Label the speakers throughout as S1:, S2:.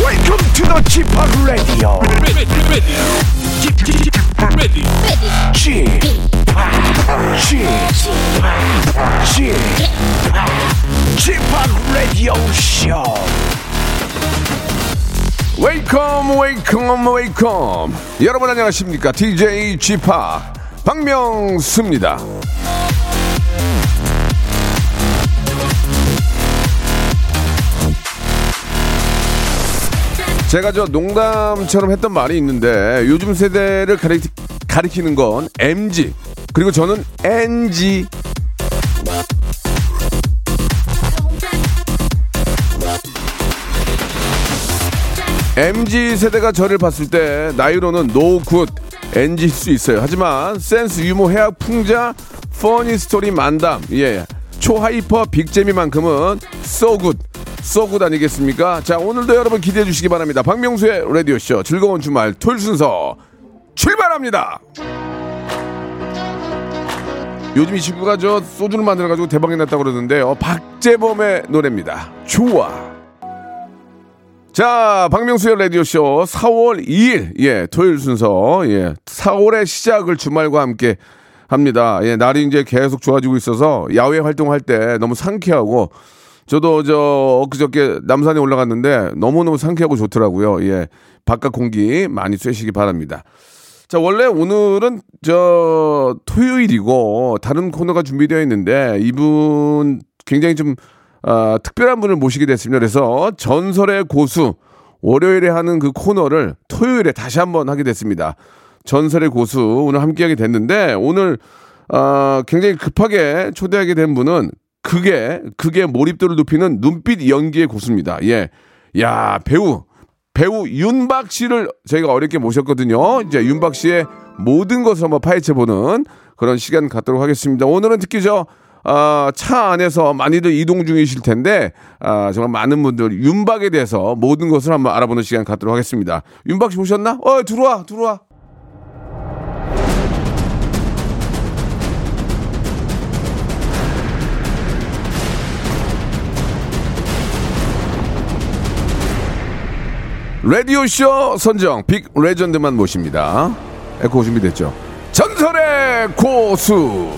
S1: Welcome to the g p o p Radio.
S2: ready, ready, Get, get, get ready.
S1: g p o p g p o p g p o p Radio Show.
S3: 웨이컴 웨이컴 웨이컴 여러분 안녕하십니까 DJ g 파 박명수입니다 제가 저 농담처럼 했던 말이 있는데 요즘 세대를 가리, 가리키는 건 MG 그리고 저는 NG MG 세대가 저를 봤을 때 나이로는 노굿 NG일 수 있어요. 하지만 센스, 유머, 해학, 풍자, 퍼니 스토리 만담, 예 초하이퍼 빅재미만큼은 소굿, 소굿 아니겠습니까? 자 오늘도 여러분 기대해 주시기 바랍니다. 박명수의 라디오 쇼 즐거운 주말 토요일 순서 출발합니다. 요즘 이 친구가 저 소주를 만들어가지고 대박이 났다고 그러는데요. 박재범의 노래입니다. 좋아. 자, 박명수의 라디오쇼 4월 2일, 예, 토요일 순서, 예, 4월의 시작을 주말과 함께 합니다. 예, 날이 이제 계속 좋아지고 있어서 야외 활동할 때 너무 상쾌하고 저도 저 엊그저께 남산에 올라갔는데 너무너무 상쾌하고 좋더라고요. 예, 바깥 공기 많이 쐬시기 바랍니다. 자, 원래 오늘은 저 토요일이고 다른 코너가 준비되어 있는데 이분 굉장히 좀 아, 특별한 분을 모시게 됐습니다. 그래서 전설의 고수 월요일에 하는 그 코너를 토요일에 다시 한번 하게 됐습니다. 전설의 고수 오늘 함께하게 됐는데 오늘 아, 굉장히 급하게 초대하게 된 분은 그게 그게 몰입도를 높이는 눈빛 연기의 고수입니다. 예, 야 배우 배우 윤박 씨를 저희가 어렵게 모셨거든요. 이제 윤박 씨의 모든 것을 한번 파헤쳐보는 그런 시간 갖도록 하겠습니다. 오늘은 특히 저, 아, 차 안에서 많이들 이동 중이실 텐데, 아, 정말 많은 분들 윤박에 대해서 모든 것을 한번 알아보는 시간 갖도록 하겠습니다. 윤박 씨 오셨나? 어, 들어와, 들어와. 라디오쇼 선정 빅 레전드만 모십니다. 에코 준비됐죠? 전설의 고수!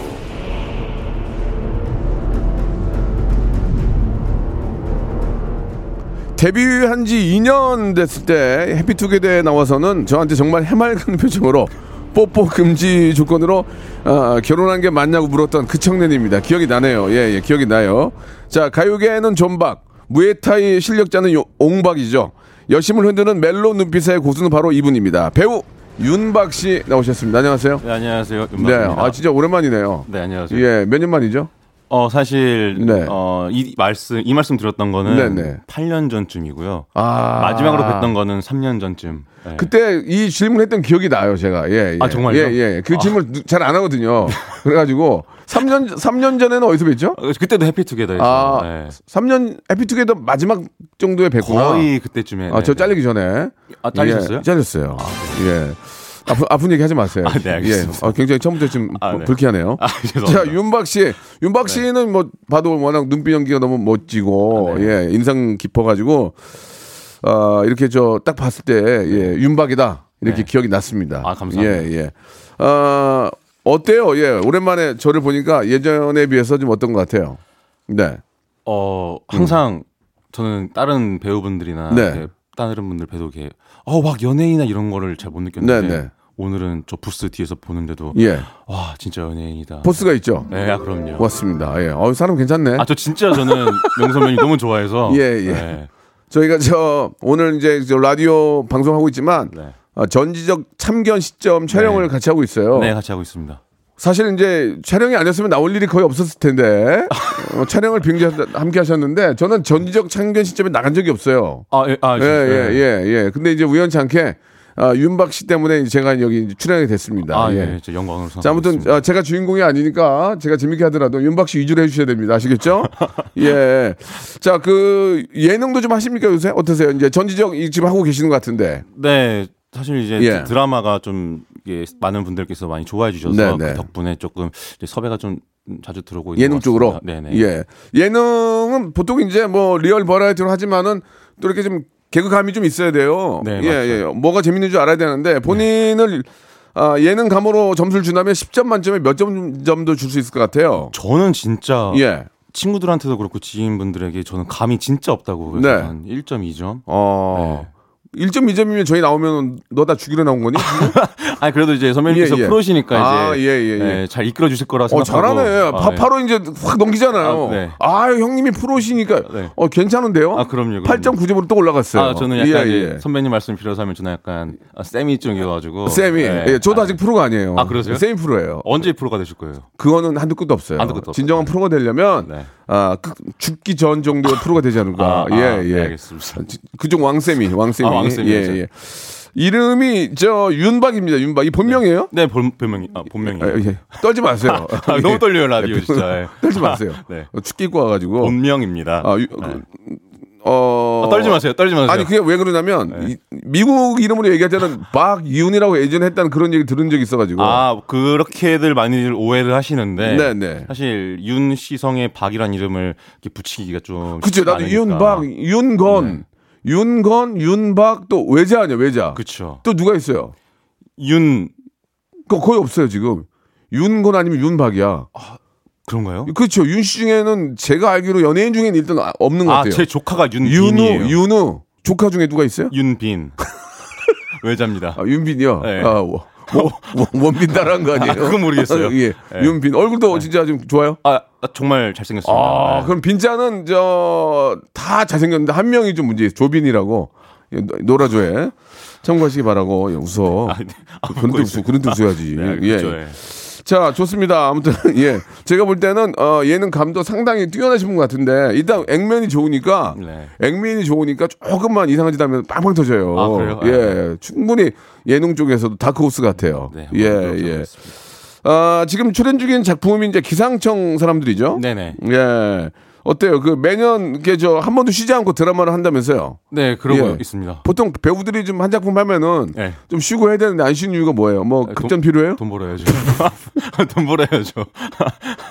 S3: 데뷔한 지 2년 됐을 때 해피투게더에 나와서는 저한테 정말 해맑은 표정으로 뽀뽀 금지 조건으로 아, 결혼한 게 맞냐고 물었던 그 청년입니다. 기억이 나네요. 예, 예, 기억이 나요. 자, 가요계에는 존박, 무에타이 실력자는 요- 옹박이죠. 여심을 흔드는 멜로 눈빛의 고수는 바로 이분입니다. 배우 윤박 씨 나오셨습니다. 안녕하세요.
S4: 네, 안녕하세요.
S3: 네,
S4: 윤박입니다.
S3: 아 진짜 오랜만이네요.
S4: 네, 안녕하세요.
S3: 예, 몇 년 만이죠?
S4: 어, 사실
S3: 네.
S4: 어, 이 말씀 이 말씀 드렸던 거는
S3: 네, 네.
S4: 8년 전쯤이고요.
S3: 아
S4: 마지막으로 뵀던 거는 3년 전쯤. 네.
S3: 그때 이 질문했던 기억이 나요, 제가. 예, 예.
S4: 아, 정말요?
S3: 예, 예. 그
S4: 아.
S3: 질문 잘 안 하거든요. 그래가지고 3년 3년 전에는 어디서 뵀죠?
S4: 어, 그때도 해피투게더에서
S3: 아,
S4: 네.
S3: 3년 해피투게더 마지막 정도에 뵀구나.
S4: 거의 그때쯤에
S3: 아, 저
S4: 네,
S3: 잘리기 전에.
S4: 아, 잘리셨어요?
S3: 예, 잘렸어요. 예. 아픈, 아픈 얘기 하지 마세요.
S4: 아, 네, 알겠습니다.
S3: 예. 아, 굉장히 처음부터 지금
S4: 아,
S3: 불-
S4: 네.
S3: 불쾌하네요.
S4: 아, 죄송합니다. 네.
S3: 자, 윤박 씨. 윤박 씨는 뭐, 봐도 워낙 눈빛 연기가 너무 멋지고,
S4: 아, 네.
S3: 예, 인상 깊어가지고, 어, 이렇게 저, 딱 봤을 때, 예, 윤박이다. 이렇게
S4: 네.
S3: 기억이 났습니다.
S4: 아, 감사합니다.
S3: 예, 예. 어, 어때요? 예, 오랜만에 저를 보니까 예전에 비해서 좀 어떤 것 같아요? 네.
S4: 어, 항상 저는 다른 배우분들이나
S3: 네.
S4: 이렇게 다른 분들 뵈도 이렇게 어, 막 연예인이나 이런 거를 잘 못 느꼈는데
S3: 네, 네.
S4: 오늘은 저 부스 뒤에서 보는데도
S3: 예.
S4: 와, 진짜 연예인이다.
S3: 포스가 있죠?
S4: 아. 네, 아, 그럼요.
S3: 왔습니다. 예. 어, 사람 괜찮네.
S4: 아, 저 진짜 저는 명선배님 너무 좋아해서.
S3: 예, 예.
S4: 네.
S3: 저희가 저 오늘 이제 저 라디오 방송하고 있지만
S4: 네.
S3: 아, 전지적 참견 시점 촬영을
S4: 네.
S3: 같이 하고 있어요.
S4: 네, 같이 하고 있습니다.
S3: 사실 이제 촬영이 아니었으면 나올 일이 거의 없었을 텐데 어, 촬영을 빙자 함께 하셨는데 저는 전지적 참견 시점에 나간 적이 없어요.
S4: 아, 예, 아,
S3: 예, 예, 예, 예. 근데 이제 우연치 않게 아, 윤박 씨 때문에 제가 여기 출연하게 됐습니다.
S4: 아,
S3: 예.
S4: 예, 저 영광으로 생각하고
S3: 자, 아무튼
S4: 있습니다.
S3: 아, 제가 주인공이 아니니까 제가 재밌게 하더라도 윤박 씨 위주로 해주셔야 됩니다. 아시겠죠? 예. 자, 그 예능도 좀 하십니까 요새 어떠세요? 이제 전지적 이 지금 하고 계시는 것 같은데.
S4: 네, 사실 이제
S3: 예.
S4: 드라마가 좀 이게 많은 분들께서 많이 좋아해 주셔서
S3: 네,
S4: 그
S3: 네.
S4: 덕분에 조금 이제 섭외가 좀 자주 들어오고 있는
S3: 예능
S4: 것
S3: 쪽으로.
S4: 같습니다. 네, 네.
S3: 예. 예능은 보통 이제 뭐 리얼 버라이어티로 하지만은 또 이렇게 좀 개그감이 좀 있어야 돼요.
S4: 네,
S3: 예,
S4: 맞죠.
S3: 예. 뭐가 재밌는 줄 알아야 되는데 본인을 아, 예능 감으로 점수를 준다면 10점 만점에 몇 점 정도 줄 수 있을 것 같아요.
S4: 저는 진짜
S3: 예.
S4: 친구들한테도 그렇고 지인분들에게 저는 감이 진짜 없다고 그래서
S3: 네.
S4: 한 1.2점. 네.
S3: 어. 1점, 2점이면 저희 나오면 너 다 죽이러 나온 거니?
S4: 아니 그래도 이제 선배님께서
S3: 예, 예.
S4: 프로시니까
S3: 아,
S4: 이제 네,
S3: 예, 예, 예.
S4: 잘 이끌어 주실 거라
S3: 어,
S4: 생각하고.
S3: 잘하네. 바,
S4: 예.
S3: 바로 이제 확 넘기잖아요. 아,
S4: 아, 네.
S3: 형님이 프로시니까
S4: 네.
S3: 어, 괜찮은데요?
S4: 아, 그럼요, 그럼요.
S3: 8.9점으로 또 올라갔어요.
S4: 아, 저는
S3: 예,
S4: 약간 이제
S3: 예.
S4: 선배님 말씀 빌어서 하면 저는 약간 아, 쌤이 쪽이어가지고
S3: 쌤이
S4: 예.
S3: 예, 저도 아직 프로가 아니에요.
S4: 아, 그러세요?
S3: 쌤이 프로예요.
S4: 언제 프로가 되실 거예요?
S3: 그거는 한두 끝도 없어요.
S4: 한두 끝도 없어요.
S3: 진정한 프로가 되려면
S4: 네.
S3: 아, 그- 죽기 전 정도의 프로가 되지 않을까. 예,
S4: 아,
S3: 예.
S4: 네, 알겠습니다.
S3: 그중 왕쌤이, 왕쌤이.
S4: 아, 왕쌤이
S3: 예,
S4: 맞아요.
S3: 예. 이름이 저 윤박입니다. 윤박. 이 본명이에요?
S4: 네, 본, 본명이 아, 본명이.
S3: 아, 예. 떨지 마세요.
S4: 아,
S3: 예.
S4: 너무 떨려요 라디오 진짜. 예.
S3: 떨지 마세요.
S4: 네.
S3: 어, 축기 입고 와가지고.
S4: 본명입니다.
S3: 아, 유-
S4: 네.
S3: 어.
S4: 아, 떨지 마세요. 떨지 마세요. 네.
S3: 아니 그게 왜 그러냐면 이- 미국 이름으로 얘기할 때는 박이윤이라고 예전에 했다는 그런 얘기 들은 적이 있어가지고
S4: 아 그렇게들 많이들 오해를 하시는데
S3: 네네.
S4: 사실 윤 씨성에 박이란 이름을 이렇게 붙이기가 좀
S3: 그쵸
S4: 쉽지가
S3: 나도
S4: 않으니까. 네.
S3: 윤박 윤건 윤건 윤박 또 외자 아니야 외자
S4: 그쵸
S3: 또 누가 있어요
S4: 윤
S3: 그 거의 없어요 지금 윤건 아니면 윤박이야
S4: 그런가요?
S3: 그렇죠 윤 씨 중에는 제가 알기로 연예인 중에는 일단 아- 없는 것 같아요
S4: 아제 조카가 윤빈이에요.
S3: 윤우 윤우 조카 중에 누가 있어요
S4: 윤빈 외자입니다.
S3: 아, 윤빈이요
S4: 네.
S3: 아 워- 워- 워- 원빈 따라한 거 아니에요
S4: 아, 그건 모르겠어요.
S3: 예
S4: 네.
S3: 윤빈 얼굴도 진짜 좀 좋아요
S4: 아, 아, 정말 잘생겼습니다.
S3: 아,
S4: 네.
S3: 그럼 빈자는 저 다 잘생겼는데 한 명이 좀 문제 조빈이라고 예, 노- 놀아줘에 참고하시기 바라고 예, 웃어.
S4: 아, 네. 아,
S3: 그런데
S4: 웃고
S3: 웃어, 그런데 웃어야지.
S4: 네,
S3: 예.
S4: 그렇죠, 예.
S3: 자, 좋습니다. 아무튼 예, 제가 볼 때는 어, 예능 감도 상당히 뛰어나신 분 같은데 일단 액면이 좋으니까
S4: 네.
S3: 액면이 좋으니까 조금만 이상한 짓 하면 빵빵 터져요.
S4: 아, 그래요?
S3: 예, 충분히 예능 쪽에서도 다크호스 같아요.
S4: 네, 한번
S3: 예, 예.
S4: 들어보겠습니다.
S3: 아, 지금 출연 중인 작품이 이제 기상청 사람들이죠.
S4: 네네.
S3: 예. 어때요? 그 매년 이렇게 저한 번도 쉬지 않고 드라마를 한다면서요.
S4: 네, 그러고
S3: 예.
S4: 있습니다.
S3: 보통 배우들이 좀 한 작품 하면은
S4: 네. 아,
S3: 좀 쉬고 해야 되는데 안 쉬는 이유가 뭐예요? 뭐
S4: 돈-
S3: 급전 필요해요?
S4: 돈 벌어야죠. 돈 벌어야죠.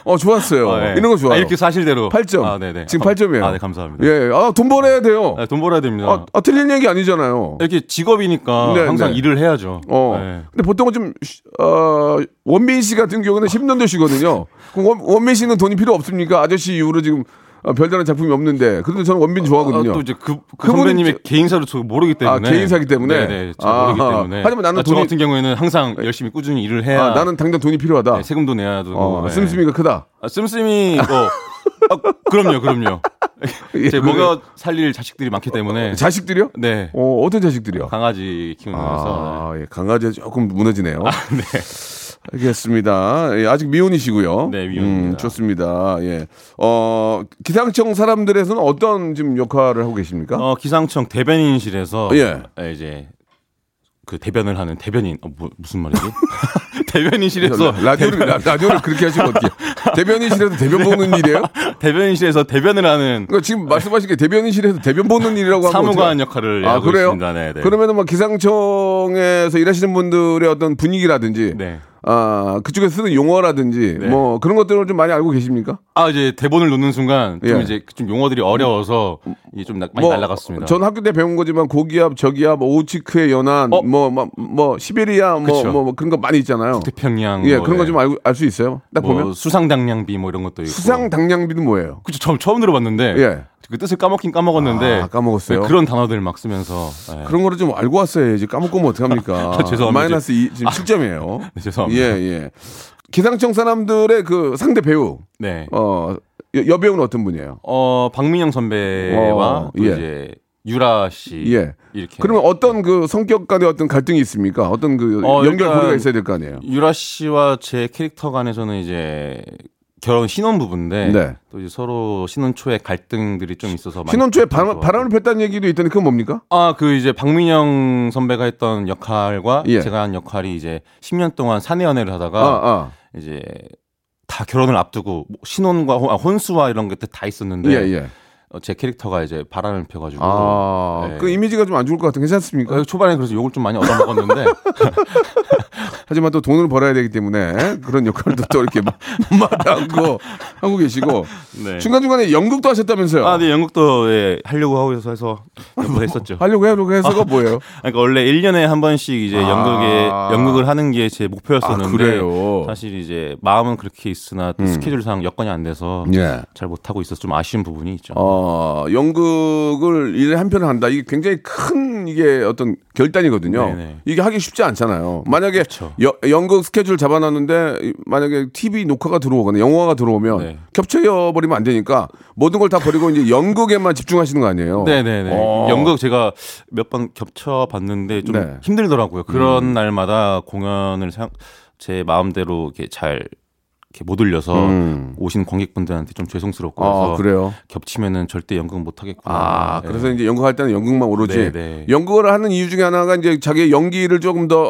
S3: 어, 좋았어요.
S4: 아, 네.
S3: 이런 거 좋아요.
S4: 아, 이렇게 사실대로.
S3: 8점.
S4: 아, 네네.
S3: 지금 8점이에요.
S4: 아, 네, 감사합니다.
S3: 예. 아, 돈 벌어야 돼요.
S4: 네, 돈 벌어야 됩니다.
S3: 아, 아, 틀린 얘기 아니잖아요.
S4: 이렇게 직업이니까
S3: 네,
S4: 항상
S3: 네.
S4: 일을 해야죠.
S3: 어.
S4: 네.
S3: 근데 보통은 좀, 쉬- 어, 원빈 씨 같은 경우는 10년도 쉬거든요. 그럼 원, 원빈 씨는 돈이 필요 없습니까? 아저씨 이후로 지금 어, 별다른 작품이 없는데. 그래도 저는 원빈 좋아하거든요.
S4: 아, 또 이제 그, 그
S3: 그분은
S4: 선배님의
S3: 저-
S4: 개인사를 저 모르기 때문에
S3: 아, 개인사기 때문에?
S4: 네네 저
S3: 아,
S4: 모르기 때문에
S3: 하지만 나는
S4: 아, 저
S3: 돈이- 네.
S4: 같은 경우에는 항상 열심히 꾸준히 일을 해야
S3: 아, 나는 당장 돈이 필요하다.
S4: 네, 세금도 내야 되고
S3: 어,
S4: 네.
S3: 씀씀이가 크다.
S4: 아, 씀씀이 뭐 아, 그럼요 그럼요
S3: 예,
S4: 제 먹여 살릴 자식들이 많기 때문에
S3: 자식들이요?
S4: 네
S3: 어, 어떤 자식들이요?
S4: 강아지 키우면서
S3: 아,
S4: 네.
S3: 예, 강아지 조금 무너지네요. 알겠습니다. 예, 아직 미혼이시고요. 음,
S4: 네, 미혼입니다.
S3: 좋습니다. 예. 어, 기상청 사람들에서는 어떤 지금 역할을 하고 계십니까?
S4: 어, 기상청 대변인실에서
S3: 예.
S4: 예, 이제 그 대변을 하는 대변인 어, 뭐, 무슨 말이지 대변인실에서
S3: 라디오를, 라- 라디오를 그렇게 하시면 어떡해. 대변인실에서 대변 보는 일이에요?
S4: 대변인실에서 대변을 하는
S3: 그러니까 지금 말씀하신 게 대변인실에서 대변 보는 일이라고 하면
S4: 네. 사무관
S3: 어떡해.
S4: 역할을
S3: 아,
S4: 하고
S3: 그래요?
S4: 있습니다. 네, 네.
S3: 그러면은 막 기상청에서 일하시는 분들의 어떤 분위기라든지
S4: 네.
S3: 아, 그쪽에 쓰는 용어라든지
S4: 네.
S3: 뭐 그런 것들을 좀 많이 알고 계십니까?
S4: 아 이제 대본을 놓는 순간 좀
S3: 예.
S4: 이제 좀 용어들이 어려워서 이게 좀 나- 많이 날라갔습니다.
S3: 뭐, 전 학교 때 배운 거지만 고기압, 저기압, 오우치크의 연안,
S4: 어?
S3: 뭐, 뭐, 뭐 시베리아, 뭐,
S4: 그쵸.
S3: 뭐, 뭐 그런 거 많이 있잖아요.
S4: 태평양
S3: 예,
S4: 뭐,
S3: 그런
S4: 네.
S3: 거 좀 알고 알 수 있어요. 딱
S4: 뭐
S3: 보면
S4: 수상 당량비 뭐 이런 것도 있고.
S3: 수상 당량비는 뭐예요?
S4: 그쵸 처음 처음 들어봤는데
S3: 예.
S4: 그 뜻을 까먹긴 까먹었는데
S3: 아, 까먹었어요?
S4: 네, 그런 단어들 막 쓰면서 예.
S3: 그런 거를 좀 알고 왔어야지 까먹고 오면 어떡합니까?
S4: 아, 죄송합니다.
S3: 마이너스 이, 지금 7점이에요.
S4: 네, 죄송합니다.
S3: 예, 예. 기상청 사람들의 그 상대 배우,
S4: 네. 어,
S3: 어, 여- 여배우는 어떤 분이에요?
S4: 박민영 선배와
S3: 어,
S4: 또
S3: 예.
S4: 이제 유라 씨
S3: 예.
S4: 이렇게.
S3: 그러면 어떤 그 성격 간의 어떤 갈등이 있습니까? 어떤 그
S4: 어,
S3: 연결
S4: 일단
S3: 고리가 있어야 될 거 아니에요?
S4: 유라 씨와 제 캐릭터 간에서는 이제 결혼 신혼 부부인데
S3: 네.
S4: 또 이제 서로 신혼 초에 갈등들이 좀 있어서 많이
S3: 신혼 초에
S4: 그렇죠.
S3: 바람, 바람을 폈다는 얘기도 있던데 그건 뭡니까?
S4: 아, 그 이제 박민영 선배가 했던 역할과
S3: 예.
S4: 제가 한 역할이 이제 10년 동안 사내 연애를 하다가
S3: 아, 아.
S4: 이제 다 결혼을 앞두고 뭐 신혼과 혼, 아, 혼수와 이런 것들 다 있었는데
S3: 예, 예.
S4: 어, 제 캐릭터가 이제 바람을 펴가지고
S3: 아,
S4: 예.
S3: 그 이미지가 좀 안 좋을 것 같은 데 괜찮습니까?
S4: 어, 초반에 그래서 욕을 좀 많이 얻어먹었는데
S3: 하지만 또 돈을 벌어야 되기 때문에 그런 역할도 또 이렇게 못마다하고 하고 계시고
S4: 네.
S3: 중간중간에 연극도 하셨다면서요?
S4: 아, 네, 연극도 예, 하려고 하고 해서 해서 몇 번 했었죠.
S3: 하려고 하려고 해서가 뭐예요?
S4: 그러니까 원래 1년에 한 번씩 이제
S3: 아.
S4: 연극에 연극을 하는 게 제
S3: 아,
S4: 목표였었는데
S3: 그래요?
S4: 사실 이제 마음은 그렇게 있으나 또 스케줄상 여건이 안 돼서
S3: 예.
S4: 잘 못 하고 있어서 좀 아쉬운 부분이 있죠.
S3: 어, 연극을 일에 한 편을 한다. 이게 굉장히 큰 이게 어떤 결단이거든요.
S4: 네네.
S3: 이게 하기 쉽지 않잖아요. 만약에
S4: 그렇죠.
S3: 여- 연극 스케줄 잡아놨는데 이- 만약에 TV 녹화가 들어오거나 영화가 들어오면
S4: 네.
S3: 겹쳐져 버리면 안 되니까 모든 걸 다 버리고 이제 연극에만 집중하시는 거 아니에요?
S4: 네네네.
S3: 어.
S4: 연극 제가 몇 번 겹쳐 봤는데 좀
S3: 네. 음.
S4: 힘들더라고요. 그런 날마다 공연을 상- 제 마음대로 이렇게 잘 이렇게 못 올려서
S3: 음.
S4: 오신 관객분들한테 좀 죄송스럽고
S3: 아,
S4: 그래서
S3: 그래요.
S4: 겹치면은 절대 연극 못 하겠구나.
S3: 아,
S4: 네.
S3: 그래서 이제 연극할 때는 연극만 오로지.
S4: 네네.
S3: 연극을 하는 이유 중에 하나가 이제 자기의 연기를 조금 더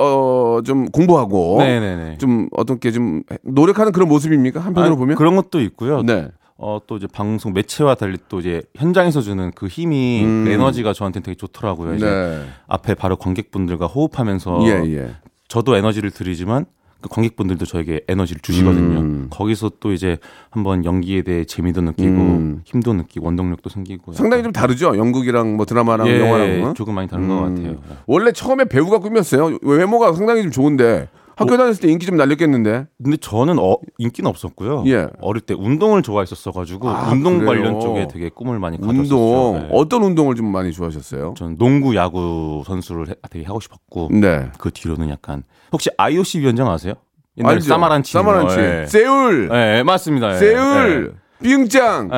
S3: 어, 좀 공부하고
S4: 네네네.
S3: 좀 어떻게 좀 노력하는 그런 모습입니까? 한편으로
S4: 아니,
S3: 보면?
S4: 그런 것도 있고요.
S3: 네.
S4: 어, 또 이제 방송 매체와 달리 또 이제 현장에서 주는 그 힘이 그 에너지가 저한테는 되게 좋더라고요. 이제
S3: 음.
S4: 어,
S3: 네.
S4: 앞에 바로 관객분들과 호흡하면서
S3: 예, 예.
S4: 저도 에너지를 드리지만 그 관객분들도 저에게 에너지를 주시거든요.
S3: 음.
S4: 거기서 또 이제 한번 연기에 대해 재미도 느끼고 힘도 느끼고 원동력도 생기고
S3: 음. 상당히 좀 다르죠. 연극이랑 뭐 드라마랑
S4: 예,
S3: 영화랑. 음. 은
S4: 조금 많이 다른 것 같아요.
S3: 원래 처음에 배우가 꿈이었어요. 외모가 상당히 좀 좋은데
S4: 어.
S3: 학교 다녔을 때 인기 좀 날렸겠는데.
S4: 근데 저는 어, 인기는 없었고요.
S3: 예.
S4: 어릴 때 운동을 좋아했었어 가지고
S3: 아,
S4: 운동
S3: 그래요?
S4: 관련 쪽에 되게 꿈을 많이 가졌었죠.
S3: 운동
S4: 네.
S3: 어떤 운동을 좀 많이 좋아하셨어요?
S4: 저는 농구, 야구 선수를 해- 되게 하고 싶었고
S3: 네.
S4: 그 뒤로는 약간 혹시 IOC 위원장 아세요? 옛날
S3: 알죠?
S4: 사마란치.
S3: 사마란치.
S4: 예.
S3: 세울.
S4: 예, 예, 맞습니다. 예.
S3: 세울. 빙짱.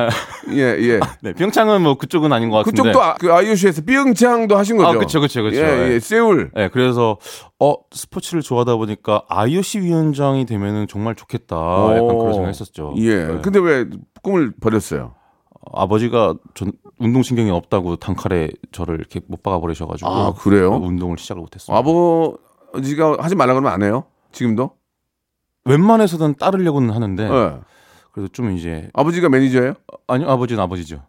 S4: 예.
S3: 예, 예.
S4: 네, 평창은 뭐 그쪽은 아닌 것 같은데.
S3: 그쪽도 아, 그 IOC에서 빙짱도 하신 거죠?
S4: 아, 그쵸, 그쵸, 그쵸.
S3: 예, 예.
S4: 예.
S3: 세울.
S4: 네, 그래서 어 스포츠를 좋아하다 보니까 IOC 위원장이 되면은 정말 좋겠다. 약간
S3: 오.
S4: 그런 생각했었죠.
S3: 예.
S4: 네.
S3: 근데 왜 꿈을 버렸어요?
S4: 아버지가 전 운동 신경이 없다고 단칼에 저를 이렇게 못 박아 버리셔가지고
S3: 아, 그래요?
S4: 운동을 시작을 못했어요.
S3: 아버지가 하지 말라 그러면 안 해요? 지금도?
S4: 웬만해서는 따르려고는 하는데
S3: 예.
S4: 그래서 좀 이제
S3: 아버지가 매니저예요?
S4: 아니요 아버지는 아버지죠.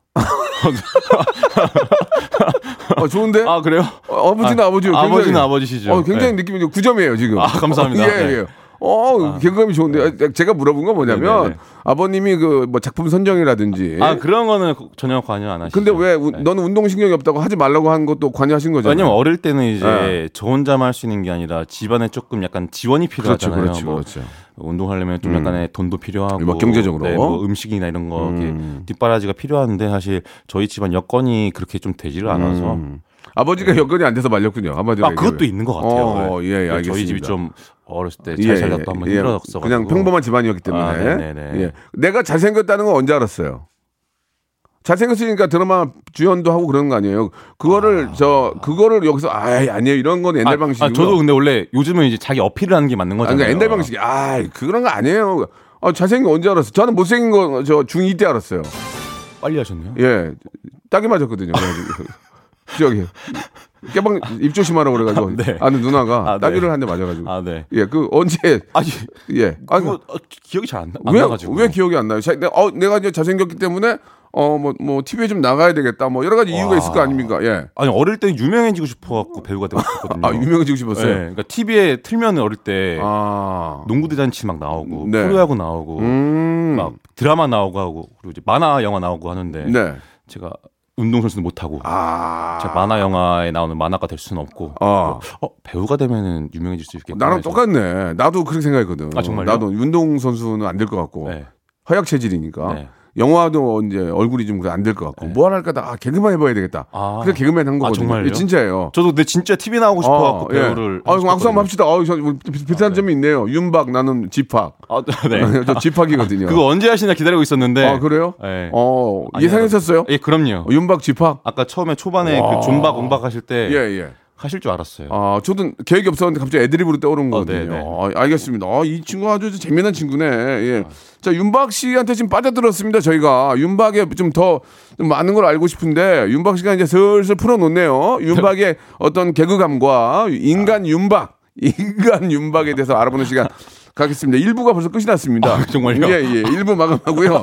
S3: 아, 좋은데?
S4: 아 그래요?
S3: 어, 아버지는
S4: 아,
S3: 아, 버지
S4: 아버지는 아버지시죠.
S3: 어, 굉장히
S4: 네.
S3: 느낌이 9점이에요, 지금.
S4: 아, 감사합니다.
S3: 어, 예,
S4: 네.
S3: 예. 어, 개그감이 좋은데. 요 제가 물어본 건 뭐냐면
S4: 네, 네, 네.
S3: 아버님이 그 뭐 작품 선정이라든지
S4: 아 그런 거는 전혀 관여 안 하시죠.
S3: 예. 근데 왜 우-
S4: 네.
S3: 너는 운동 신경이 없다고 하지 말라고 한 것도 관여하신 거잖아요.
S4: 왜냐면 어릴 때는 이제
S3: 네.
S4: 저 혼자만 할 수 있는 게 아니라 집안에 조금 약간 지원이
S3: 그렇죠,
S4: 필요하잖아요.
S3: 그렇죠,
S4: 뭐
S3: 그렇죠.
S4: 운동하려면 좀 약간의 돈도 필요하고
S3: 뭐 경제적으로.
S4: 네, 뭐 음식이나 이런 거 이렇게 뒷바라지가 필요한데 사실 저희 집안 여건이 그렇게 좀 되지를 않아서
S3: 음.
S4: 네.
S3: 아버지가 여건이 안 돼서 말렸군요. 한마디로.
S4: 아 그것도
S3: 얘기하면.
S4: 있는 것 같아요.
S3: 예,
S4: 네,
S3: 어, 예, 예, 알겠습니다.
S4: 저희 집이 좀 어렸을 때
S3: 예,
S4: 잘 살렸다
S3: 예,
S4: 한번
S3: 예.
S4: 힘들었어
S3: 그냥 평범한 집안이었기 때문에.
S4: 아, 네네네.
S3: 예. 내가 잘생겼다는 건 언제 알았어요? 잘생겼으니까 드라마 주연도 하고 그러는 거 아니에요? 그거를 저 그거를 여기서 아 아니에요 이런 건 옛날 방식이고.
S4: 아, 저도 근데 원래 요즘은 이제 자기 어필을 하는 게 맞는 거잖아요.
S3: 그러니까 옛날 방식이 아 그런 거 아니에요. 아, 잘생긴 거 언제 알았어? 저는 못생긴 거 저 중2 때 알았어요.
S4: 빨리 하셨네요.
S3: 예, 딱이 맞았거든요. 그래가지고. 저기 깨방 입 조심하라고 그래가지고
S4: 네.
S3: 아는 누나가
S4: 아, 네.
S3: 따귀를 한 대 맞아가지고
S4: 아 네.
S3: 예 그 언제
S4: 아니
S3: 예 아,
S4: 그거 어, 기억이 잘 안
S3: 왜,
S4: 나가지고
S3: 왜 기억이 안 나요? 자, 내가, 어, 내가 이제 잘생겼기 때문에 어 뭐 뭐 TV에 좀 나가야 되겠다 뭐 여러 가지 이유가
S4: 와.
S3: 있을 거 아닙니까? 예.
S4: 아니 어릴 때 유명해지고 싶어갖고 배우가 되고 싶었거든요.
S3: 아 유명해지고
S4: 네,
S3: 싶었어요.
S4: 그러니까 TV에 틀면 어릴 때
S3: 아.
S4: 농구 대잔치 막 나오고
S3: 네.
S4: 프로야구 나오고
S3: 음.
S4: 막 드라마 나오고 하고 그리고 이제 만화 영화 나오고 하는데
S3: 네.
S4: 제가 운동선수도 못하고
S3: 아.
S4: 제가 만화 영화에 나오는 만화가 될 수는 없고
S3: 아.
S4: 어, 배우가 되면은 유명해질 수 있겠다.
S3: 나랑 똑같네. 나도 그렇게 생각했거든.
S4: 아, 정말요?
S3: 나도 운동 선수는 안 될 것 같고
S4: 네.
S3: 허약 체질이니까
S4: 네.
S3: 영화도 이제 얼굴이 좀 안 될 것 같고 뭘 할까다 아 개그만 해봐야 되겠다.
S4: 아.
S3: 그래 개그맨 한 거거든요.
S4: 정말요?
S3: 예, 진짜예요.
S4: 저도 근데 진짜 TV 나오고 싶어갖고
S3: 아, 예.
S4: 배우를.
S3: 아, 그럼 악수
S4: 하고
S3: 한번 합시다. 아, 저 비- 비슷한 점이 있네요. 윤박 나는 집학.
S4: 싶거든요. 아, 네.
S3: 저 집학이거든요.
S4: 그거 언제 하시나 기다리고 있었는데.
S3: 아 그래요?
S4: 네.
S3: 어
S4: 아니요.
S3: 예상했었어요?
S4: 예, 그럼요.
S3: 어, 윤박 집합?
S4: 아까 처음에 초반에
S3: 와.
S4: 그 존박 온박 하실 때
S3: 예 예.
S4: 하실 줄 알았어요.
S3: 아 저도 계획이 없었는데 갑자기 애드립으로 떠오른 거거든요.
S4: 어, 네네.
S3: 아, 알겠습니다. 아, 이 친구 아주 재미난 친구네. 예.
S4: 아.
S3: 자 윤박 씨한테 지금 빠져들었습니다. 저희가 윤박에 좀 더 많은 걸 알고 싶은데 윤박 씨가 이제 슬슬 풀어놓네요. 윤박의 어떤 개그감과 인간 윤박, 인간 윤박에 대해서 알아보는 시간. 가겠습니다. 1부가 벌써 끝이 났습니다.
S4: 아, 정말요?
S3: 예, 예. 1부 마감하고요.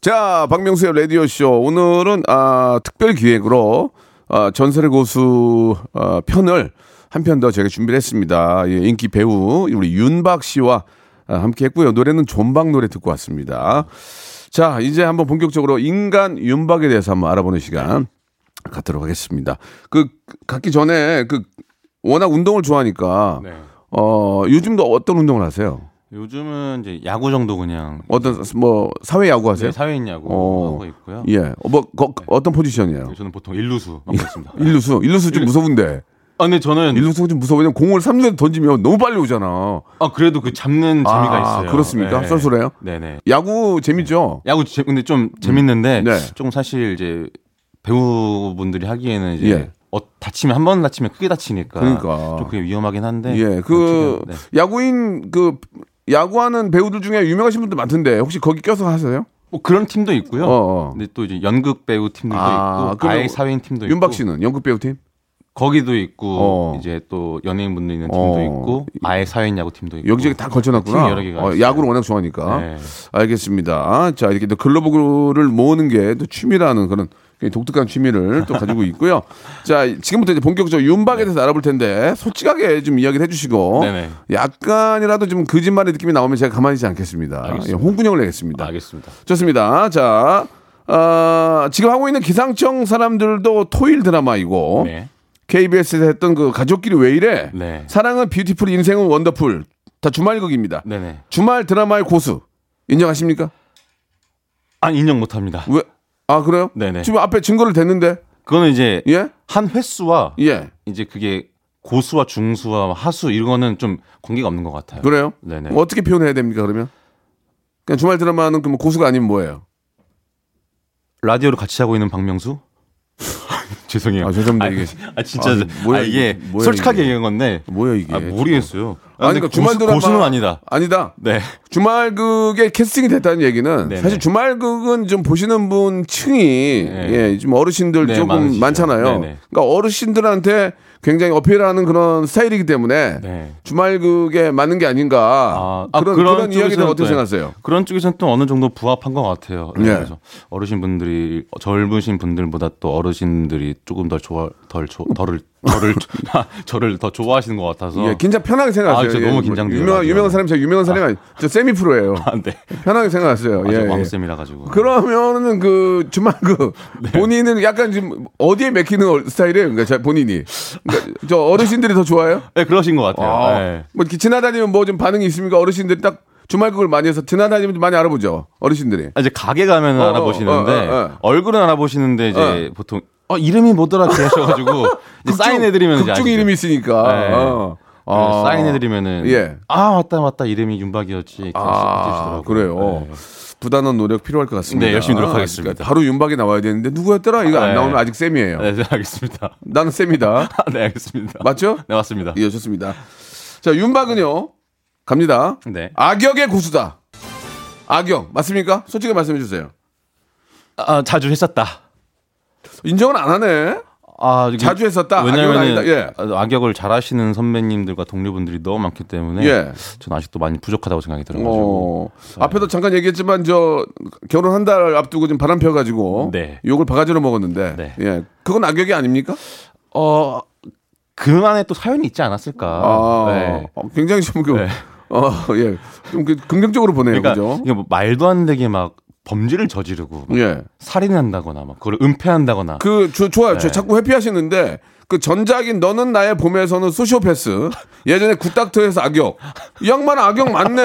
S3: 자 박명수의 라디오쇼 오늘은 아, 특별 기획으로 아, 전설의 고수 아, 편을 한 편 더 제가 준비를 했습니다 예, 인기 배우 우리 윤박 씨와 아, 함께 했고요 노래는 존박 노래 듣고 왔습니다 자 이제 한번 본격적으로 인간 윤박에 대해서 한번 알아보는 시간 갖도록 하겠습니다. 그 갖기 전에 그 워낙 운동을 좋아하니까
S4: 네.
S3: 어 요즘도 어떤 운동을 하세요?
S4: 요즘은 이제 야구 정도 그냥
S3: 어떤 뭐 사회 야구 하세요?
S4: 네, 사회인 야구
S3: 어.
S4: 하고 있고요. 네,
S3: 예. 어, 뭐 거- 어떤 포지션이에요?
S4: 저는 보통 일루수 맡고 있습니다.
S3: 일루수. 일루수 좀 무서운데.
S4: 아, 근데 저는
S3: 일루수가 좀 무서워. 왜냐면 공을 삼루에 던지면 너무 빨리 오잖아.
S4: 아 그래도 그 잡는 재미가
S3: 아,
S4: 있어요.
S3: 그렇습니까?
S4: 네.
S3: 쏠쏠해요?
S4: 네네.
S3: 야구 재밌죠?
S4: 야구 재- 근데 좀 재밌는데
S3: 네.
S4: 조금 사실 이제 배우분들이 하기에는 이제
S3: 예.
S4: 어, 다치면 한 번 다치면 크게 다치니까
S3: 그러니까.
S4: 좀 그게 위험하긴 한데 뭐
S3: 예. 그
S4: 어떻게- 네.
S3: 야구인 그 야구하는 배우들 중에 유명하신 분들 많던데 혹시 거기 껴서 하세요?
S4: 뭐 그런 팀도 있고요.
S3: 어, 어.
S4: 근데 또 이제 연극 배우 팀들도
S3: 아,
S4: 있고
S3: 그럼
S4: 아예 사회인 팀도 네, 있고
S3: 윤박 씨는 연극 배우 팀?
S4: 거기도 있고
S3: 어.
S4: 이제 또 연예인 분들 있는 팀도
S3: 어.
S4: 있고 아예 사회인 야구 팀도 있고
S3: 여기저기 다 걸쳐놨구나.
S4: 팀 여러 개가
S3: 어,
S4: 있어요.
S3: 야구를 워낙 좋아하니까.
S4: 네.
S3: 알겠습니다. 자, 이렇게 또 글로벌을 모으는 게 또 취미라는 그런 굉장히 독특한 취미를 또 가지고 있고요. 자, 지금부터 이제 본격적으로 윤박에 대해서 알아볼 텐데 솔직하게 좀 이야기를 해주시고
S4: 네네.
S3: 약간이라도 좀 거짓말의 느낌이 나오면 제가 가만히 있지 않겠습니다. 예,
S4: 알겠습니다. 아.
S3: 홍군형을 내겠습니다.
S4: 네, 알겠습니다.
S3: 좋습니다. 자, 아, 지금 하고 있는 기상청 사람들도 토일 드라마이고
S4: 네.
S3: KBS에서 했던 그 가족끼리 왜 이래?
S4: 네.
S3: 사랑은 뷰티풀, 인생은 원더풀. 다 주말극입니다.
S4: 네네.
S3: 주말 드라마의 고수 인정하십니까?
S4: 아 인정 못합니다.
S3: 왜? 아 그래요?
S4: 네네.
S3: 지금 앞에 증거를 댔는데
S4: 그거는 이제
S3: 예?
S4: 한 횟수와
S3: 예.
S4: 이제 그게 고수와 중수와 하수 이거는 좀 관계가 없는 것 같아요.
S3: 그래요? 뭐
S4: 네네.
S3: 어떻게 표현해야 됩니까 그러면? 그냥 주말 드라마는 그럼 고수가 아니면 뭐예요?
S4: 라디오를 같이 하고 있는 박명수? 죄송해요.
S3: 아, 죄송합니다, 이게.
S4: 아 진짜
S3: 아, 뭐야,
S4: 아, 이게
S3: 이게. 뭐야,
S4: 솔직하게
S3: 이게.
S4: 얘기한 건데
S3: 뭐야 이게?
S4: 아, 모르겠어요. 아,
S3: 아니 그러니까
S4: 근데
S3: 주말
S4: 고수-
S3: 드라마
S4: 고수는 아니다.
S3: 아니다.
S4: 네.
S3: 주말극에 캐스팅이 됐다는 얘기는
S4: 네네.
S3: 사실 주말극은 좀 보시는 분 층이
S4: 네.
S3: 예, 좀 어르신들
S4: 네,
S3: 조금
S4: 많으시죠.
S3: 많잖아요.
S4: 네네.
S3: 그러니까 어르신들한테 굉장히 어필하는 그런 스타일이기 때문에
S4: 네.
S3: 주말극에 맞는 게 아닌가
S4: 아, 아,
S3: 그런 그런,
S4: 쪽에서는
S3: 이야기는 어떻게
S4: 또
S3: 생각하세요?
S4: 그런 쪽에서는 또 어느 정도 부합한 것 같아요. 네,
S3: 예.
S4: 그래서 어르신 분들이 젊으신 분들보다 또 어르신들이 조금 더 좋아 덜 좋아 덜을 덜을 저를 더 좋아하시는 것 같아서
S3: 예, 긴장 편하게 생각하세요.
S4: 어. 아, 진짜
S3: 예,
S4: 너무 긴장돼요,
S3: 유명한
S4: 마지막에.
S3: 유명한 사람 제가 유명한 사람이 아니, 저 세미 프로예요.
S4: 안 돼.
S3: 편하게 생각하세요.
S4: 네. 아직
S3: 예, 예.
S4: 왕쌤이라 가지고.
S3: 그러면은 그 주말 그
S4: 네.
S3: 본인은 약간 지금 어디에 맥히는 어- 스타일이에요? 그러니까 자- 본인이 그러니까 저 어르신들이 더 좋아해요?
S4: 네, 그러신 것 같아요.
S3: 아,
S4: 네.
S3: 뭐 이렇게 지나다니면 뭐 좀 반응이 있습니까? 어르신들이 딱 주말극을 많이 해서 지나다니면 많이 알아보죠. 어르신들이.
S4: 아, 이제 가게 가면
S3: 어,
S4: 알아보시는데
S3: 어, 어, 어, 어.
S4: 얼굴은 알아보시는데 이제 보통 어 이름이 뭐더라 이렇게 하셔가지고 이제 사인해드리면 이제
S3: 극중
S4: 아시죠.
S3: 이름이 있으니까.
S4: 네.
S3: 어.
S4: 그래서
S3: 아.
S4: 사인해드리면은
S3: 예.
S4: 아 맞다 맞다 이름이 윤박이었지 이렇게
S3: 아,
S4: 해주시더라고요.
S3: 그래요.
S4: 네.
S3: 부단한 노력 필요할 것 같습니다.
S4: 네, 열심히 노력하겠습니다.
S3: 그러니까 바로 윤박이 나와야 되는데 누구였더라? 이거 안
S4: 네.
S3: 나오면 아직 쌤이에요.
S4: 네, 네, 알겠습니다.
S3: 나는 쌤이다.
S4: 아, 네, 알겠습니다.
S3: 맞죠?
S4: 네, 맞습니다.
S3: 예, 좋습니다. 자, 윤박은요. 갑니다.
S4: 네.
S3: 악역의 고수다. 악역 맞습니까? 솔직히 말씀해 주세요.
S4: 아, 자주 했었다.
S3: 인정은 안 하네.
S4: 아, 이게
S3: 자주 했었다?
S4: 왜냐면
S3: 악역은 아니다. 예.
S4: 악역을 잘하시는 선배님들과 동료분들이 너무 많기 때문에
S3: 예.
S4: 저는 아직도 많이 부족하다고 생각이 들어가지고
S3: 어, 앞에도 잠깐 얘기했지만 저 결혼 한 달 앞두고 지금 바람 펴가지고
S4: 네.
S3: 욕을 바가지로 먹었는데
S4: 네.
S3: 예 그건 악역이 아닙니까?
S4: 어 그만의 또 사연이 있지 않았을까.
S3: 아,
S4: 네.
S3: 어, 굉장히 좀 그,
S4: 네.
S3: 어, 예, 좀그 긍정적으로 보네요,
S4: 그러니까
S3: 그죠?
S4: 이게 뭐 말도 안 되게 막 범죄를 저지르고 막
S3: 예,
S4: 살인한다거나 막 그걸 은폐한다거나
S3: 그 저, 좋아요. 저
S4: 네.
S3: 자꾸 회피하시는데 그 전작인 너는 나의 봄에서는 소시오패스, 예전에 굿닥터에서 악역, 이 양반 악역 맞네.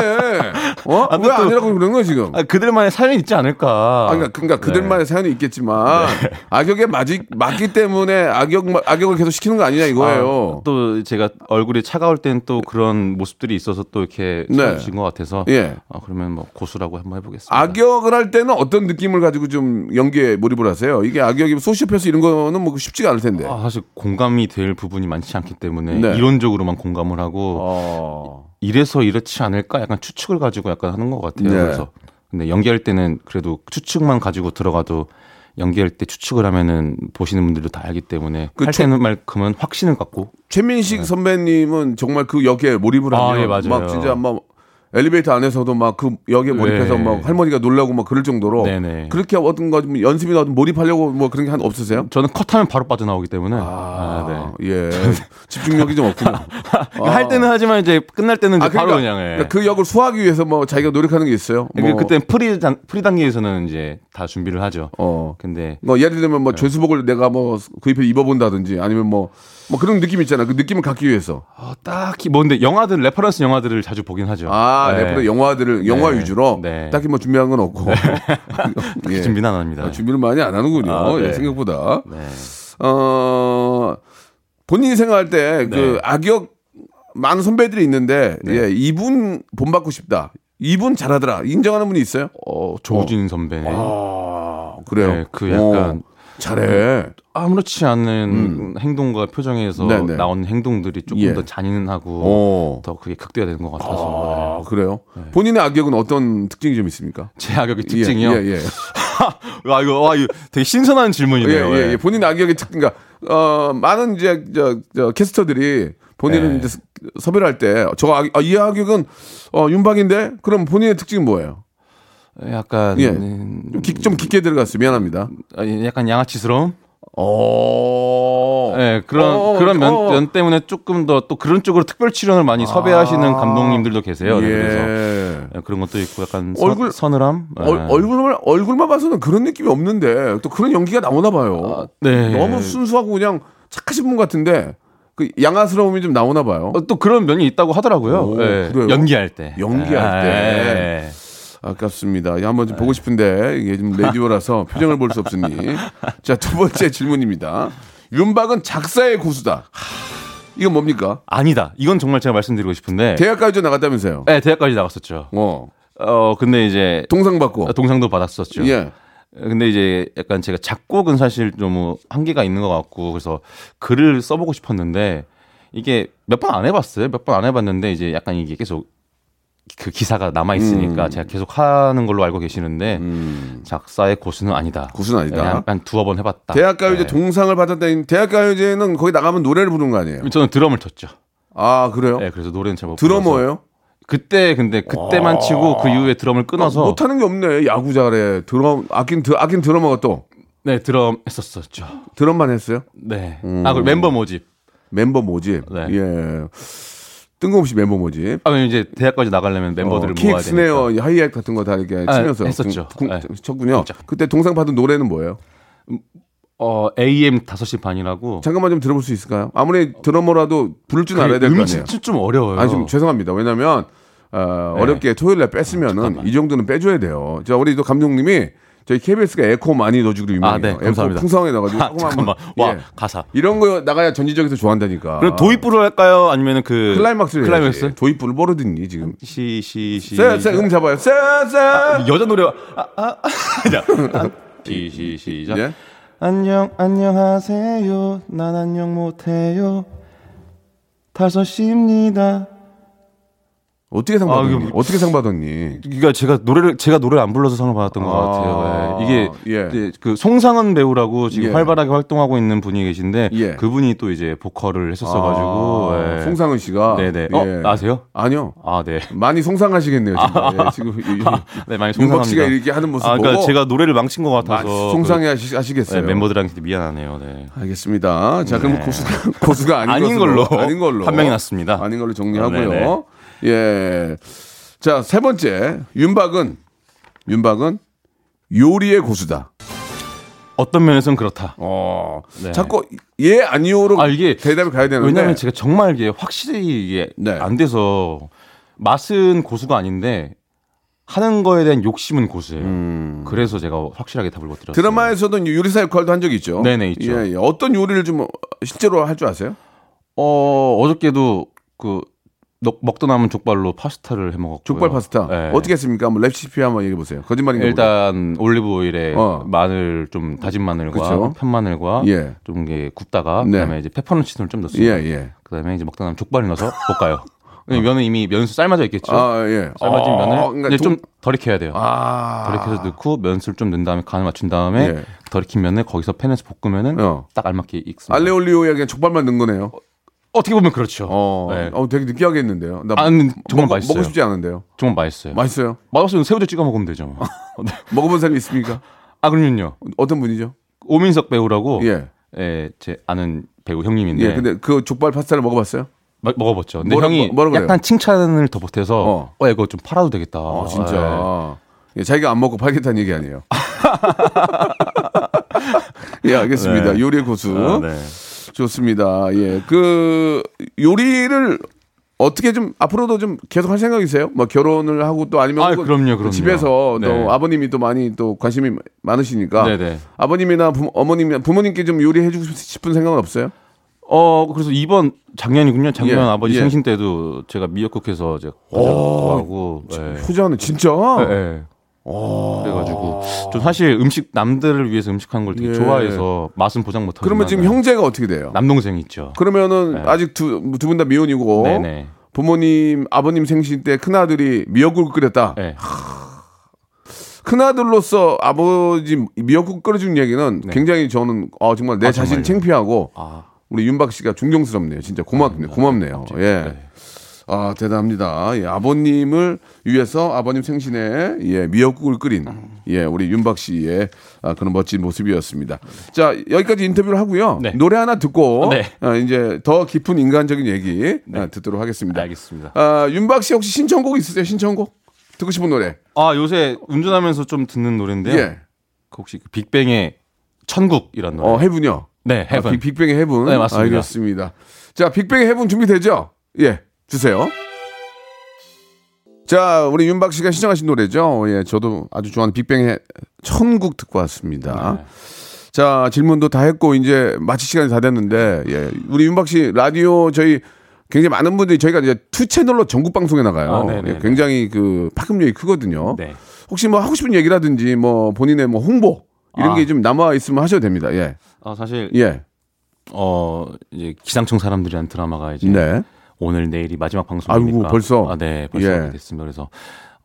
S3: 어?
S4: 아, 근데
S3: 왜
S4: 또-
S3: 아니라고 그러는 거야 지금?
S4: 아, 그들만의 사연이 있지 않을까.
S3: 아, 그러니까, 그러니까 그들만의
S4: 네.
S3: 사연이 있겠지만 악역에 맞이, 맞기 때문에 악역 악역을 계속 시키는 거 아니냐 이거예요.
S4: 아, 또 제가 얼굴이 차가울 땐 또 그런 모습들이 있어서 또 이렇게
S3: 네.
S4: 찾으신 것 같아서
S3: 예.
S4: 아, 그러면 뭐 고수라고 한번 해보겠습니다.
S3: 악역을 할 때는 어떤 느낌을 가지고 좀 연기에 몰입을 하세요? 이게 악역이 소시패스 이런 거는 뭐 쉽지가 않을 텐데.
S4: 아, 사실 공감이 될 부분이 많지 않기 때문에
S3: 네.
S4: 이론적으로만 공감을 하고
S3: 어.
S4: 이래서 이렇지 않을까 약간 추측을 가지고 약간 하는 것 같아요.
S3: 네.
S4: 그래서 근데 연기할 때는 그래도 추측만 가지고 들어가도 연기할 때 추측을 하면은 보시는 분들도 다 알기 때문에
S3: 그
S4: 할
S3: 추-
S4: 때는 만큼은 확신을 갖고
S3: 최민식 선배님은 정말 그 역에 몰입을
S4: 네. 아,
S3: 하면
S4: 예, 맞아요.
S3: 막 진짜 막 엘리베이터 안에서도 막 그 역에 몰입해서
S4: 네.
S3: 막 할머니가 놀라고 막 그럴 정도로
S4: 네네.
S3: 그렇게 어떤 거좀 연습이나 어떤 몰입하려고 뭐 그런 게 한 없으세요?
S4: 저는 컷하면 바로 빠져나오기 때문에 아, 네.
S3: 아, 예. 집중력이 좀 없군요.
S4: 그러니까 할 때는 하지만 이제 끝날 때는 이제
S3: 아,
S4: 바로
S3: 그러니까,
S4: 그냥 예. 네,
S3: 그러니까 그 역을 소화하기 위해서 뭐 자기가 노력하는 게 있어요. 뭐,
S4: 그때 프리 단 프리 단계에서는 이제 다 준비를 하죠.
S3: 어.
S4: 근데
S3: 뭐 예를 들면
S4: 네.
S3: 뭐 죄수복을 내가 뭐 구입해 입어본다든지 아니면 뭐 뭐 그런 느낌 있잖아. 그 느낌을 갖기 위해서.
S4: 어, 딱히 뭔데 영화들 레퍼런스 영화들을 자주 보긴 하죠.
S3: 아,
S4: 네.
S3: 래프로 영화들을 영화
S4: 네.
S3: 위주로
S4: 네.
S3: 딱히 뭐 준비한 건 없고.
S4: 딱히
S3: 예.
S4: 준비는 안 합니다.
S3: 아, 준비를 많이 안 하는군요.
S4: 아, 네.
S3: 예, 생각보다.
S4: 네.
S3: 어 본인이 생각할 때 그
S4: 네.
S3: 악역 많은 선배들이 있는데 예, 이분 본받고 싶다. 이분 잘하더라. 인정하는 분이 있어요?
S4: 어, 조우진 선배.
S3: 아, 그래요.
S4: 네, 그 약간-
S3: 어, 잘해.
S4: 아무렇지 않은 행동과 표정에서
S3: 음. 네네.
S4: 나온 행동들이 조금
S3: 예.
S4: 더 잔인하고
S3: 어.
S4: 더 그게 극대화되는 것 같아서 예.
S3: 아, 그래요? 본인의 악역은 어떤 특징이 좀 있습니까?
S4: 제 악역의 네. 특징이요.
S3: 예, 예.
S4: 와 이거 와 이거 되게 신선한
S3: 예,
S4: 질문이네요.
S3: 예, 예. 본인 악역의 특징, 그러니까, 어, 많은 이제, 저, 저, 캐스터들이 본인은
S4: 네.
S3: 이제 섭외를 할 때, 저, 악, 아, 이 악역은, 어, 윤박인데? 그럼 본인의 특징은 뭐예요?
S4: 약간
S3: 예.
S4: 음,
S3: 좀, 깊- 좀 깊게 들어갔어요. 미안합니다.
S4: 아니, 예, 약간 양아치스러움.
S3: 어.
S4: 예, 그런
S3: 어,
S4: 그런 면,
S3: 어.
S4: 면 때문에 조금 더 또 그런 쪽으로 특별 출연을 많이 섭외하시는 감독님들도 계세요.
S3: 예.
S4: 네, 그래서 아. 예, 그런 것도 있고 약간
S3: 얼굴-
S4: 선, 서늘함. 예.
S3: 얼, 얼굴만, 얼굴만 봐서는 그런 느낌이 없는데, 또 그런 연기가 나오나 봐요.
S4: 아, 네.
S3: 너무 순수하고 그냥 착하신 분 같은데, 그 양아스러움이 좀 나오나 봐요.
S4: 어, 또 그런 면이 있다고 하더라고요.
S3: 오,
S4: 예,
S3: 그래요?
S4: 연기할 때.
S3: 연기할 때.
S4: 예.
S3: 아깝습니다. 예, 한번 좀
S4: 네.
S3: 보고 싶은데 이게 좀 라디오라서 표정을 볼 수 없으니 자두 번째 질문입니다. 윤박은 작사의 고수다. 이건 뭡니까?
S4: 아니다. 이건 정말 제가 말씀드리고 싶은데.
S3: 대학까지 나갔다면서요?
S4: 네, 대학까지 나갔었죠.
S3: 어
S4: 어, 근데 이제 아,
S3: 동상 받고
S4: 동상도 받았었죠.
S3: 예
S4: 근데 이제 약간 제가 작곡은 사실 좀 한계가 있는 것 같고 그래서 글을 써보고 싶었는데 이게 몇 번 안 해봤어요. 몇 번 안 해봤는데 이제 약간 이게 계속 그 기사가 남아 있으니까
S3: 음.
S4: 제가 계속 하는 걸로 알고 계시는데 작사의 고수는 아니다.
S3: 고수는 아니다.
S4: 약간 두어 번 해봤다.
S3: 대학가요제
S4: 네.
S3: 동상을 받았다니 대학가요제는 거기 나가면 노래를 부르는 거 아니에요?
S4: 저는 드럼을 쳤죠.
S3: 아 그래요?
S4: 네, 그래서 노래는 제가 못 불러서.
S3: 드러머예요?
S4: 그때 근데 그때만 치고 그 이후에 드럼을 끊어서
S3: 못하는 게 없네. 야구 잘해. 드럼 아낀 드 아낀 드러머가 또
S4: 네 드럼 했었었죠.
S3: 드럼만 했어요?
S4: 네. 아
S3: 음.
S4: 그리고 멤버 모집.
S3: 멤버 모집
S4: 네.
S3: 예 뜬금없이 멤버 모집
S4: 아 왜냐면 이제 대학까지 나가려면 멤버들을
S3: 어,
S4: 모아야
S3: 킥, 스네어,
S4: 되니까.
S3: 하이햇 같은 거 다 이렇게
S4: 아,
S3: 치면서
S4: 했었죠.
S3: 쿵-
S4: 네.
S3: 쳤군요.
S4: 쿵짝.
S3: 그때 동상 받은 노래는 뭐예요?
S4: 어 AM 5시 반이라고.
S3: 잠깐만 좀 들어볼 수 있을까요? 아무리 드러머라도 부를 줄 알아야 될 거
S4: 음이
S3: 아니에요.
S4: 진짜 좀 어려워요.
S3: 아니 지금 죄송합니다. 왜냐하면 어,
S4: 네.
S3: 어렵게 토요일날 뺐으면은 이 정도는 빼줘야 돼요. 자 우리 또 감독님이 저희 KBS가 에코 많이 넣어주기로 유명해요.
S4: 아, 네,
S3: 에코
S4: 감사합니다.
S3: 풍성하게 넣어가지고
S4: 아,
S3: 조금만
S4: 잠깐만.
S3: 한번-
S4: 와
S3: 예.
S4: 가사.
S3: 이런 거 나가야 전지적에서 좋아한다니까.
S4: 그럼 도입부로 할까요? 아니면은 그
S3: 클라이막스를
S4: 클라이맥스?
S3: 해야지. 도입부를 모르더니 지금.
S4: 시시시.
S3: 쎄쎄음 잡아요. 쎄쎄.
S4: 여자 노래. 아, 아아 시시 시작.
S3: 예?
S4: 안녕 안녕하세요. 난 안녕 못해요. 다섯시입니다.
S3: 어떻게 상
S4: 아,
S3: 받았니?
S4: 이게-
S3: 어떻게 상 받았니?
S4: 그러니까 제가 노래를 제가 노래를 안 불러서 상을 받았던 것
S3: 아,
S4: 같아요. 예. 이게
S3: 예.
S4: 이제 그 송상은 배우라고 지금
S3: 예.
S4: 활발하게 활동하고 있는 분이 계신데
S3: 예.
S4: 그분이 또 이제 보컬을 했었어가지고
S3: 아,
S4: 예.
S3: 송상은 씨가
S4: 네네. 어, 아세요?
S3: 아니요.
S4: 아 네.
S3: 많이 송상하시겠네요. 지금, 예, 지금 이- 이-
S4: 네 많이 송상합니다.
S3: 음. 윤박 씨가 이렇게 하는 모습
S4: 아, 그러니까
S3: 보고
S4: 제가 노래를 망친 것
S3: 많이
S4: 같아서
S3: 송상해
S4: 그-
S3: 하시, 하시겠어요.
S4: 네, 멤버들한테 미안하네요. 네.
S3: 알겠습니다. 자, 그럼
S4: 네.
S3: 고수가, 고수가 아닌,
S4: 아닌
S3: 것으로,
S4: 걸로.
S3: 아닌 걸로.
S4: 판명이 났습니다.
S3: 아닌 걸로
S4: 아, 네네.
S3: 정리하고요. 예. 자, 세 번째. 윤박은, 윤박은 요리의 고수다.
S4: 어떤 면에서는 그렇다.
S3: 어.
S4: 네.
S3: 자꾸 예, 아니요로
S4: 아, 이게
S3: 대답이 가야 되는데.
S4: 왜냐하면 제가 정말 이게 확실히 이게
S3: 네.
S4: 안 돼서 맛은 고수가 아닌데 하는 거에 대한 욕심은 고수예요. 그래서 제가 확실하게 답을 못 드렸어요.
S3: 음. 드라마에서도 이제 요리사 역할도 한 적이 있죠.
S4: 네네, 있죠.
S3: 예, 예. 어떤 요리를 좀 실제로 할 줄 아세요?
S4: 어 어저께도 그 넉- 먹다 남은 족발로 파스타를 해 먹었고요.
S3: 족발 파스타.
S4: 네.
S3: 어떻게 했습니까? 한번 랩시피 한번 얘기해 보세요. 거짓말인가 보다.
S4: 일단 올리브 오일에
S3: 어.
S4: 마늘 좀 다진 마늘과
S3: 그쵸.
S4: 편마늘과
S3: 예.
S4: 좀 이게 굽다가
S3: 네.
S4: 그다음에 이제 페퍼론치노를
S3: 예,
S4: 좀 넣습니다.
S3: 예.
S4: 그다음에 이제 먹다 남은 족발을 넣어서 볶아요. 왜냐면 면은 이미 면수 삶아져 있겠죠.
S3: 아, 예.
S4: 삶아진
S3: 아,
S4: 면을
S3: 그러니까
S4: 이제
S3: 동-
S4: 좀 덜 익혀야 돼요.
S3: 아.
S4: 덜 익혀서 넣고 면수를 좀 넣은 다음에 간을 맞춘 다음에
S3: 예.
S4: 덜 익힌 면을 거기서 팬에서 볶으면은
S3: 어.
S4: 딱 알맞게 익습니다.
S3: 알레올리오에 그냥 족발만 넣은 거네요.
S4: 어떻게 보면 그렇죠.
S3: 어,
S4: 네.
S3: 어 되게 느끼하게 했는데요. 나
S4: 아, 근데 정말
S3: 먹어,
S4: 맛있어요.
S3: 먹고 싶지 않은데요.
S4: 정말 맛있어요.
S3: 맛있어요.
S4: 맛없으면 새우젓 찍어 먹으면 되죠. 뭐. 네.
S3: 먹어본 사람 있습니까?
S4: 아 그럼요.
S3: 어떤 분이죠?
S4: 오민석 배우라고 예.
S3: 예.
S4: 제 아는 배우 형님인데
S3: 예, 근데 그 족발 파스타를 먹어봤어요?
S4: 마- 먹어봤죠. 근데
S3: 뭐라-
S4: 형이
S3: 뭐- 뭐라 그래요?
S4: 약간 칭찬을 더 보태서
S3: 어.
S4: 어. 이거 좀 팔아도 되겠다. 네.
S3: 아, 진짜. 예, 자기가 안 먹고 팔겠다는 얘기 아니에요. 예, 알겠습니다.
S4: 네.
S3: 요리 고수.
S4: 아, 네.
S3: 좋습니다. 예. 그 요리를 어떻게 좀 앞으로도 좀 계속 할 생각이세요? 뭐 결혼을 하고 또 아니면
S4: 아,
S3: 혹은
S4: 그럼요, 그럼요.
S3: 집에서
S4: 네.
S3: 또 아버님이 또 많이 또 관심이 많으시니까
S4: 네네.
S3: 아버님이나 부, 어머님 부모님께 좀 요리해 주고 싶은 생각은 없어요?
S4: 어 그래서 이번 작년이군요. 작년
S3: 예,
S4: 아버지
S3: 예.
S4: 생신 때도 제가 미역국해서 제가 하고
S3: 효자는 어, 진짜 어.
S4: 예. 그래가지고 좀 사실 음식 남들을 위해서 음식하는 걸 되게
S3: 예.
S4: 좋아해서 맛은 보장 못하지만
S3: 그러면 지금 형제가 어떻게 돼요?
S4: 남동생 있죠.
S3: 그러면은 아직 두 분 다 미혼이고
S4: 네. 네네.
S3: 부모님 아버님 생신 때 큰 아들이 미역국 끓였다.
S4: 예.
S3: 큰 아들로서 아버지 미역국 끓여준 얘기는 굉장히 저는 아, 정말 내
S4: 네. 아,
S3: 자신
S4: 정말요?
S3: 창피하고
S4: 아.
S3: 우리 윤박 씨가 존경스럽네요. 진짜 고맙네요. 고맙네요. 예. 아 대단합니다. 예, 아버님을 위해서 아버님 생신에 예, 미역국을 끓인 예, 우리 윤박 씨의 아, 그런 멋진 모습이었습니다. 자 여기까지 인터뷰를 하고요.
S4: 네.
S3: 노래 하나 듣고
S4: 네.
S3: 아, 이제 더 깊은 인간적인 얘기 아, 듣도록 하겠습니다.
S4: 네, 알겠습니다.
S3: 아, 윤박 씨 혹시 신청곡 있으세요? 신청곡 듣고 싶은 노래?
S4: 아 요새 운전하면서 좀 듣는 노래인데요.
S3: 예.
S4: 그 혹시 그 빅뱅의 천국이라는 노래.
S3: 어 해분요.
S4: 네,
S3: 아,
S4: 해븐.
S3: 빅- 빅뱅의 해븐.
S4: 네, 맞습니다.
S3: 알겠습니다. 자, 빅뱅의 해븐 준비되죠? 예, 주세요. 자, 우리 윤박 씨가 시청하신 노래죠? 예, 저도 아주 좋아하는 빅뱅의 천국 듣고 왔습니다.
S4: 네.
S3: 자, 질문도 다 했고, 이제 마칠 시간이 다 됐는데, 예, 우리 윤박 씨 라디오 저희 굉장히 많은 분들이 저희가 이제 투 채널로 전국 방송에 나가요.
S4: 아, 네네네.
S3: 예, 굉장히 그 파급력이 크거든요.
S4: 네.
S3: 혹시 뭐 하고 싶은 얘기라든지 뭐 본인의 뭐 홍보 이런
S4: 아.
S3: 게 좀 남아 있으면 하셔도 됩니다. 예.
S4: 아 사실
S3: 예.
S4: 어 이제 기상청 사람들이란 드라마가 이제
S3: 네.
S4: 오늘 내일이 마지막 방송이니까.
S3: 아이고, 벌써?
S4: 아, 네, 벌써
S3: 예.
S4: 됐습니다. 그래서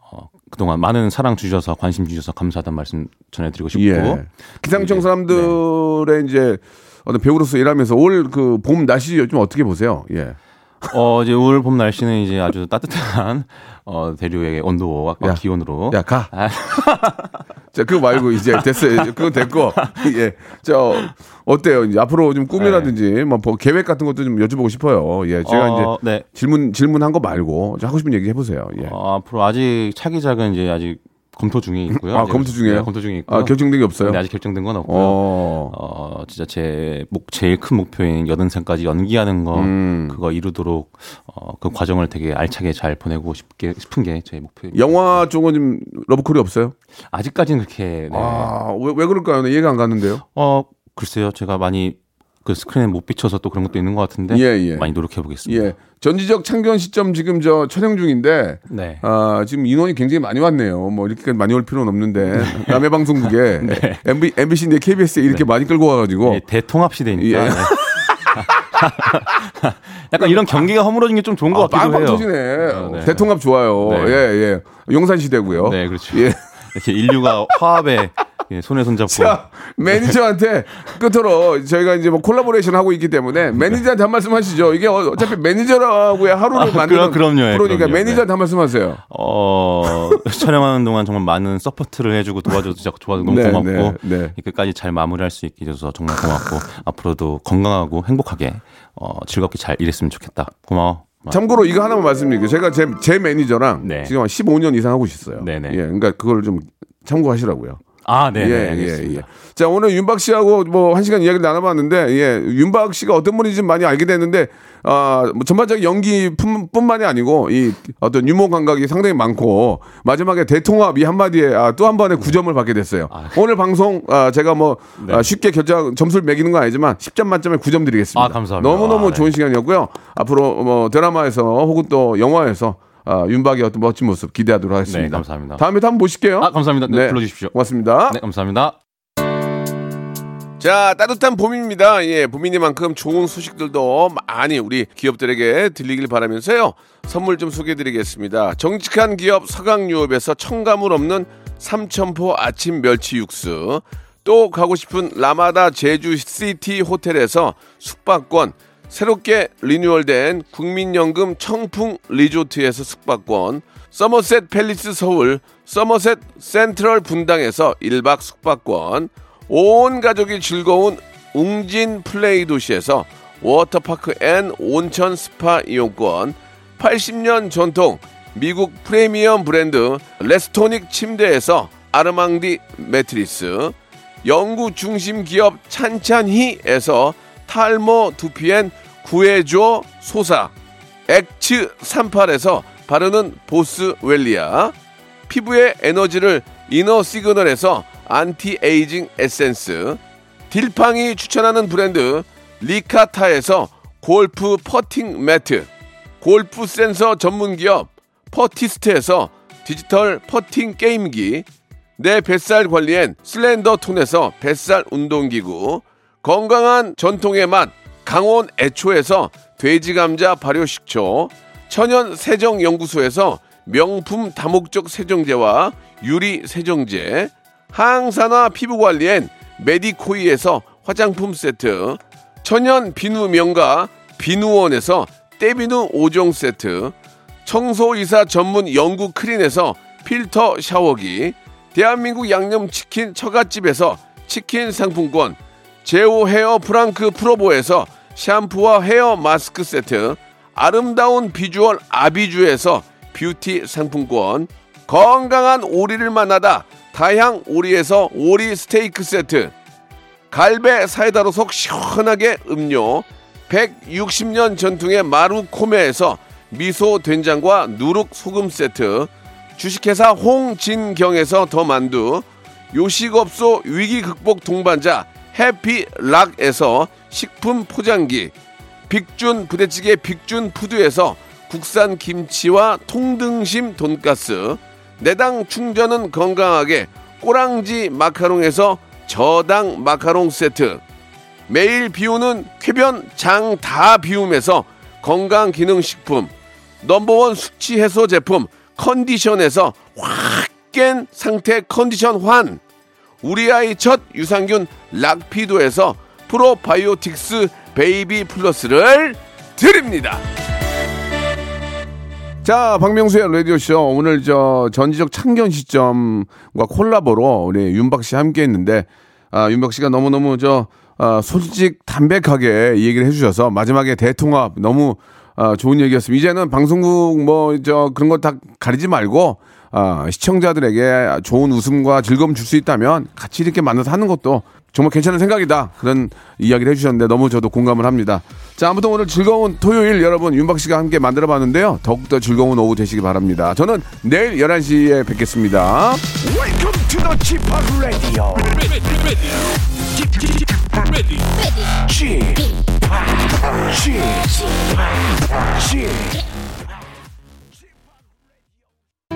S4: 어, 그동안 많은 사랑 주셔서 관심 주셔서 감사하다는 말씀 전해드리고 싶고.
S3: 예. 기상청
S4: 네.
S3: 사람들의 이제 어떤 배우로서 일하면서 올 그 봄 날씨 요즘 어떻게 보세요? 예.
S4: 어 이제 올 봄 날씨는 이제 아주 따뜻한 어 대륙의 온도와
S3: 야.
S4: 기온으로.
S3: 야, 가.
S4: 아,
S3: 자, 그거 말고 이제 됐어요. 이제 그건 됐고. 예. 저 어때요? 이제 앞으로 좀 꿈이라든지 뭐뭐 계획 같은 것도 좀 여쭤보고 싶어요. 예. 제가
S4: 네. 어,
S3: 이제
S4: 네.
S3: 질문 질문한 거 말고 좀 하고 싶은 얘기 해 보세요. 예.
S4: 어, 앞으로 아직 차기작은 이제 아직 검토 중에 있고요.
S3: 아,
S4: 아직-
S3: 검토 중이에요?
S4: 네, 검토 중에 있고.
S3: 아, 결정된 게 없어요.
S4: 네, 아직 결정된 건 없고요.
S3: 어.
S4: 어 진짜 제목 제일 큰 목표인 여든생까지 연기하는 거
S3: 음.
S4: 그거 이루도록 어그 과정을 되게 알차게 잘 보내고 싶게 싶은 게 제 목표입니다.
S3: 영화 쪽은 좀 러브콜이 없어요?
S4: 아직까지는 그렇게 네.
S3: 아, 왜, 왜 그럴까요? 나 이해가 안 갔는데요.
S4: 어 글쎄요 제가 많이 그 스크린에 못 비춰서 또 그런 것도 있는 것 같은데
S3: 예, 예.
S4: 많이 노력해 보겠습니다.
S3: 예. 전지적 참견 시점 지금 저 촬영 중인데
S4: 네.
S3: 아, 지금 인원이 굉장히 많이 왔네요. 뭐 이렇게까지 많이 올 필요는
S4: 네.
S3: 없는데 남해 방송국에
S4: 네.
S3: MB, MBC인데 KBS에 이렇게 많이 끌고 와가지고
S4: 예, 대통합 시대니까
S3: 어. 예.
S4: 네. 약간 이런 경기가 허물어진 게 좀 좋은 것
S3: 아,
S4: 같기도 해요.
S3: 빵빵 터지네.
S4: 아, 네.
S3: 대통합 좋아요.
S4: 네.
S3: 예, 예. 용산 시대고요.
S4: 네, 그렇죠.
S3: 예.
S4: 이렇게 인류가 화합에 예, 손에 손잡고
S3: 자, 매니저한테 끝으로 저희가 이제 뭐 콜라보레이션 하고 있기
S4: 네.
S3: 때문에 매니저한테 한 말씀 하시죠. 이게 어- 어차피 매니저라고의 하루를
S4: 아,
S3: 만드는
S4: 그럼- 그럼요, 예,
S3: 프로니까
S4: 그럼요.
S3: 매니저한테 한 말씀 하세요.
S4: 어, 촬영하는 동안 정말 많은 서포트를 해주고 도와줘서 진짜 도와줘서 너무
S3: 네,
S4: 고맙고
S3: 네, 네.
S4: 끝까지 잘 마무리할 수 있게 해줘서 정말 고맙고 앞으로도 건강하고 행복하게 어, 즐겁게 잘 일했으면 좋겠다. 고마워.
S3: 참고로 이거 하나만 말씀드릴게요. 제가 제, 제 매니저랑
S4: 네.
S3: 지금 한 15년 이상 하고 있어요.
S4: 네네.
S3: 예, 그러니까 그걸 좀 참고하시라고요.
S4: 아, 네, 네,
S3: 예, 예,
S4: 알겠습니다.
S3: 예. 자, 오늘 윤박 씨하고 뭐 한 시간 이야기를 나눠봤는데, 예, 윤박 씨가 어떤 분인지 많이 알게 됐는데, 아, 뭐 전반적인 연기뿐만이 아니고, 이 어떤 유머 감각이 상당히 많고, 마지막에 대통합 이 한마디에 아, 또 한 번의 9점을 받게 됐어요. 오늘 방송, 아, 제가 뭐
S4: 네.
S3: 아, 쉽게 결정, 점수를 매기는 건 아니지만, 10점 만점에 9점 드리겠습니다.
S4: 아, 감사합니다.
S3: 너무너무
S4: 아, 네.
S3: 좋은 시간이었고요. 앞으로 뭐 드라마에서 혹은 또 영화에서 아, 윤박의 어떤 멋진 모습 기대하도록 하겠습니다.
S4: 네, 감사합니다.
S3: 다음에 또 한번 보실게요.
S4: 아, 감사합니다. 네, 불러주십시오.
S3: 고맙습니다.
S4: 네, 감사합니다.
S3: 자, 따뜻한 봄입니다. 예, 봄이니만큼 좋은 소식들도 많이 우리 기업들에게 들리길 바라면서요. 선물 좀 소개해 드리겠습니다. 정직한 기업 서강유업에서 청가물 없는 삼천포 아침 멸치 육수. 또 가고 싶은 라마다 제주시티 호텔에서 숙박권. 새롭게 리뉴얼된 국민연금 청풍 리조트에서 숙박권. 서머셋 팰리스 서울, 서머셋 센트럴 분당에서 1박 숙박권. 온 가족이 즐거운 웅진 플레이 도시에서 워터파크 앤 온천 스파 이용권, 80년 전통 미국 프리미엄 브랜드 레스토닉 침대에서 아르망디 매트리스, 연구 중심 기업 찬찬히에서 탈모 두피엔 구해줘 소사, 엑츠 38에서 바르는 보스 웰리아, 피부의 에너지를 이너 시그널에서 안티에이징 에센스, 딜팡이 추천하는 브랜드 리카타에서 골프 퍼팅 매트, 골프 센서 전문 기업 퍼티스트에서 디지털 퍼팅 게임기, 내 뱃살 관리엔 슬렌더 톤에서 뱃살 운동기구, 건강한 전통의 맛 강원 애초에서 돼지 감자 발효식초, 천연 세정 연구소에서 명품 다목적 세정제와 유리 세정제, 항산화 피부 관리엔 메디코이에서 화장품 세트, 천연 비누 명가 비누원에서 때비누 5종 세트, 청소이사 전문 영국 크린에서 필터 샤워기, 대한민국 양념치킨 처갓집에서 치킨 상품권, 제오 헤어 프랑크 프로보에서 샴푸와 헤어 마스크 세트, 아름다운 비주얼 아비주에서 뷰티 상품권, 건강한 오리를 만나다 다향 오리에서 오리 스테이크 세트, 갈배 사이다로 속 시원하게 음료 160년 전통의 마루코메에서 미소 된장과 누룩 소금 세트 주식회사 홍진경에서 더 만두 요식업소 위기 극복 동반자 해피락에서 식품 포장기 빅준 부대찌개 빅준 푸드에서 국산 김치와 통등심 돈가스 내당 충전은 건강하게 꼬랑지 마카롱에서 저당 마카롱 세트 매일 비우는 쾌변 장 다 비움에서 건강기능식품 넘버원 숙취 해소 제품 컨디션에서 확 깬 상태 컨디션 환 우리 아이 첫 유산균 락피도에서 프로바이오틱스 베이비 플러스를 드립니다. 자, 박명수의 라디오쇼. 오늘 저 전지적 참견 시점과 콜라보로 우리 윤박 씨 함께 했는데, 아, 윤박 씨가 너무너무 저, 아, 솔직 담백하게 이 얘기를 해주셔서 마지막에 대통합 너무 아, 좋은 얘기였습니다. 이제는 방송국 뭐, 저, 그런 거 다 가리지 말고, 아, 시청자들에게 좋은 웃음과 즐거움 줄 수 있다면 같이 이렇게 만나서 하는 것도 정말 괜찮은 생각이다. 그런 이야기를 해주셨는데 너무 저도 공감을 합니다. 자, 아무튼 오늘 즐거운 토요일 여러분 윤박 씨가 함께 만들어 봤는데요. 더욱더 즐거운 오후 되시기 바랍니다. 저는 내일 11시에 뵙겠습니다.
S1: Welcome to the Chipak Radio.
S2: ready, ready, Get, get, get ready.
S1: Chipak, Chipak, Chipak.